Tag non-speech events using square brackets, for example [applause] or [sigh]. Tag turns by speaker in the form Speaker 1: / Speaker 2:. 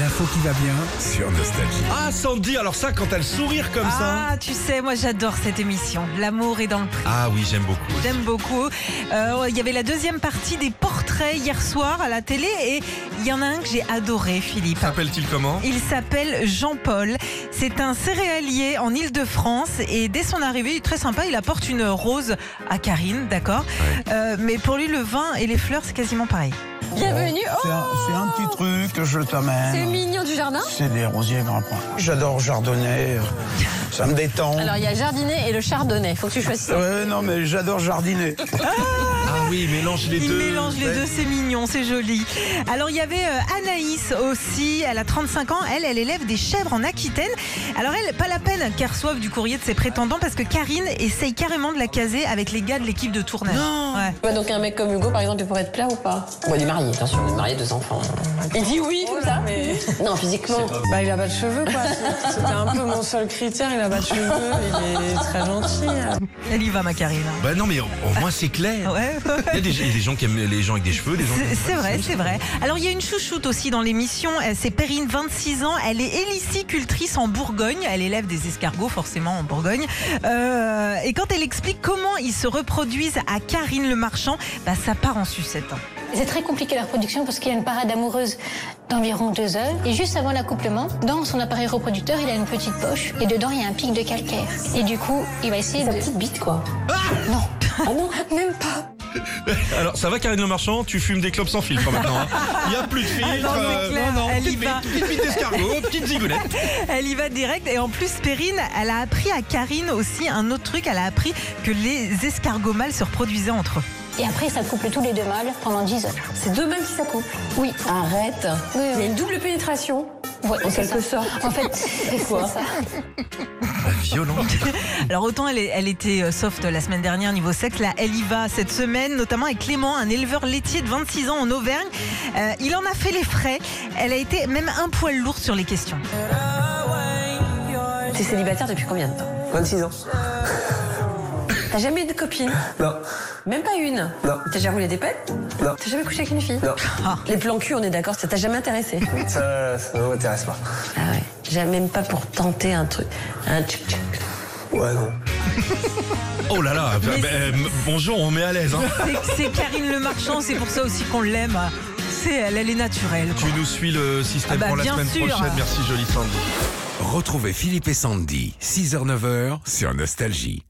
Speaker 1: l'info qui va bien.
Speaker 2: sur Nostalgie.
Speaker 3: Ah, Sandy, alors ça, quand elle sourire comme ça.
Speaker 4: Ah, tu sais, moi j'adore cette émission. L'amour est dans le prix.
Speaker 3: Ah oui, j'aime beaucoup. aussi.
Speaker 4: J'aime beaucoup. Euh, Il y avait la deuxième partie des portraits hier soir à la télé et il y en a un que j'ai adoré, Philippe.
Speaker 3: S'appelle-t-il comment
Speaker 4: Il s'appelle Jean-Paul. C'est un céréalier en Ile-de-France et dès son arrivée, il est très sympa. Il apporte une rose à Karine, d'accord Euh, Mais pour lui, le vin et les fleurs, c'est quasiment pareil.
Speaker 5: Bienvenue.
Speaker 1: C'est
Speaker 5: Oh,
Speaker 1: un, c'est un petit truc que je
Speaker 5: c'est
Speaker 1: t'amène.
Speaker 5: mignon du jardin.
Speaker 1: C'est des rosiers grands points. J'adore jardonner. Ça me détend.
Speaker 5: Alors, il y a le jardinet et le chardonnay. Faut que tu choisisses.
Speaker 1: Ouais, non, mais j'adore jardiner.
Speaker 3: Ah oui, mélange les
Speaker 4: Il
Speaker 3: deux.
Speaker 4: mélange les
Speaker 3: Ouais.
Speaker 4: deux, c'est mignon, c'est joli. Alors il y avait euh, Anaïs aussi, elle a 35 ans, elle, elle élève des chèvres en Aquitaine. Alors elle, pas la peine qu'elle reçoive du courrier de ses prétendants parce que Karine essaye carrément de la caser avec les gars de l'équipe de tournage. Ouais.
Speaker 5: Bah, donc, un mec comme Hugo, par exemple, il pourrait être plat ou pas
Speaker 6: Bon, il est marié, bien sûr, il est marié, deux enfants.
Speaker 5: Il dit oui, comme ça
Speaker 6: Non, physiquement.
Speaker 7: Bah, il a pas de cheveux, quoi. C'était un peu mon seul critère. Il a pas de cheveux. Il est très gentil. hein.
Speaker 4: Elle y va, ma Karine.
Speaker 3: Bah non, mais au au moins c'est clair.
Speaker 4: Ouais.
Speaker 3: Il y a des, il y a des gens qui aiment les gens avec des cheveux, des gens.
Speaker 4: C'est- C'est vrai, c'est vrai. Alors il y a une chouchoute aussi dans l'émission, euh, c'est Perrine, 26 ans, elle est hélicicultrice en Bourgogne, elle élève des escargots forcément en Bourgogne. Euh, et quand elle explique comment ils se reproduisent à Karine le Marchand, bah, ça part en sucette. hein.
Speaker 8: C'est très compliqué la reproduction parce qu'il y a une parade amoureuse d'environ deux heures. Et juste avant l'accouplement, dans son appareil reproducteur, il a une petite poche et dedans il y a un pic de calcaire. Et du coup, il va essayer de.
Speaker 6: Petite bite, quoi.
Speaker 5: Ah
Speaker 8: Non. non, même pas.
Speaker 3: Alors ça va, Karine Le Marchand, tu fumes des clopes sans filtre maintenant. hein. Il n'y a plus de filtre.
Speaker 4: Ah non, c'est
Speaker 3: euh,
Speaker 4: clair,
Speaker 3: non, non,
Speaker 4: elle y
Speaker 3: petite, bite,
Speaker 4: va.
Speaker 3: petite bite
Speaker 4: [laughs]
Speaker 3: d'escargot, petite zigounette.
Speaker 4: Elle y va direct et en plus Perrine, elle a appris à Karine aussi un autre truc, elle a appris que les escargots mâles se reproduisaient entre eux.
Speaker 8: Et après, ça couple tous les deux mâles pendant dix heures.
Speaker 6: C'est deux mâles qui s'accouplent.
Speaker 8: Oui.
Speaker 6: Arrête.
Speaker 8: Oui,
Speaker 6: Il y a
Speaker 8: oui.
Speaker 6: une double pénétration.
Speaker 8: Ouais,
Speaker 6: En
Speaker 8: c'est
Speaker 6: quelque
Speaker 8: ça.
Speaker 6: sorte.
Speaker 8: En
Speaker 6: [laughs]
Speaker 8: fait, c'est
Speaker 6: quoi
Speaker 8: ça.
Speaker 3: Violent.
Speaker 4: Alors autant elle, est- elle était euh, soft la semaine dernière niveau sexe, là elle y va cette semaine, notamment avec Clément, un éleveur laitier de 26 ans en Auvergne. Euh, il en a fait les frais, elle a été même un poil lourde sur les questions.
Speaker 6: T'es célibataire depuis combien de temps
Speaker 9: 26 ans.
Speaker 6: T'as jamais eu de copine
Speaker 9: Non,
Speaker 6: Même pas une
Speaker 9: Non.
Speaker 6: T'as déjà roulé des pelles
Speaker 9: Non.
Speaker 6: T'as jamais couché avec une fille Ah,
Speaker 9: Non.
Speaker 6: Les plans cul, on est d'accord, ça t'a jamais intéressé
Speaker 9: ça, ça ne m'intéresse pas.
Speaker 6: Ah ouais. Jamais même pas pour tenter un truc. Un tchouc tchouc.
Speaker 9: Ouais, non.
Speaker 3: Oh là là, bah,
Speaker 4: Mais-
Speaker 3: bah, euh, bonjour, on met à l'aise. hein.
Speaker 4: C'est- C'est Karine Le Marchand, c'est pour ça aussi qu'on l'aime. C'est elle, elle est naturelle.
Speaker 3: Tu nous suis le système
Speaker 4: Ah bah,
Speaker 3: pour la
Speaker 4: bien
Speaker 3: semaine
Speaker 4: sûr.
Speaker 3: prochaine. Merci, jolie Sandy.
Speaker 2: Retrouvez Philippe et Sandy, 6h-9h sur Nostalgie.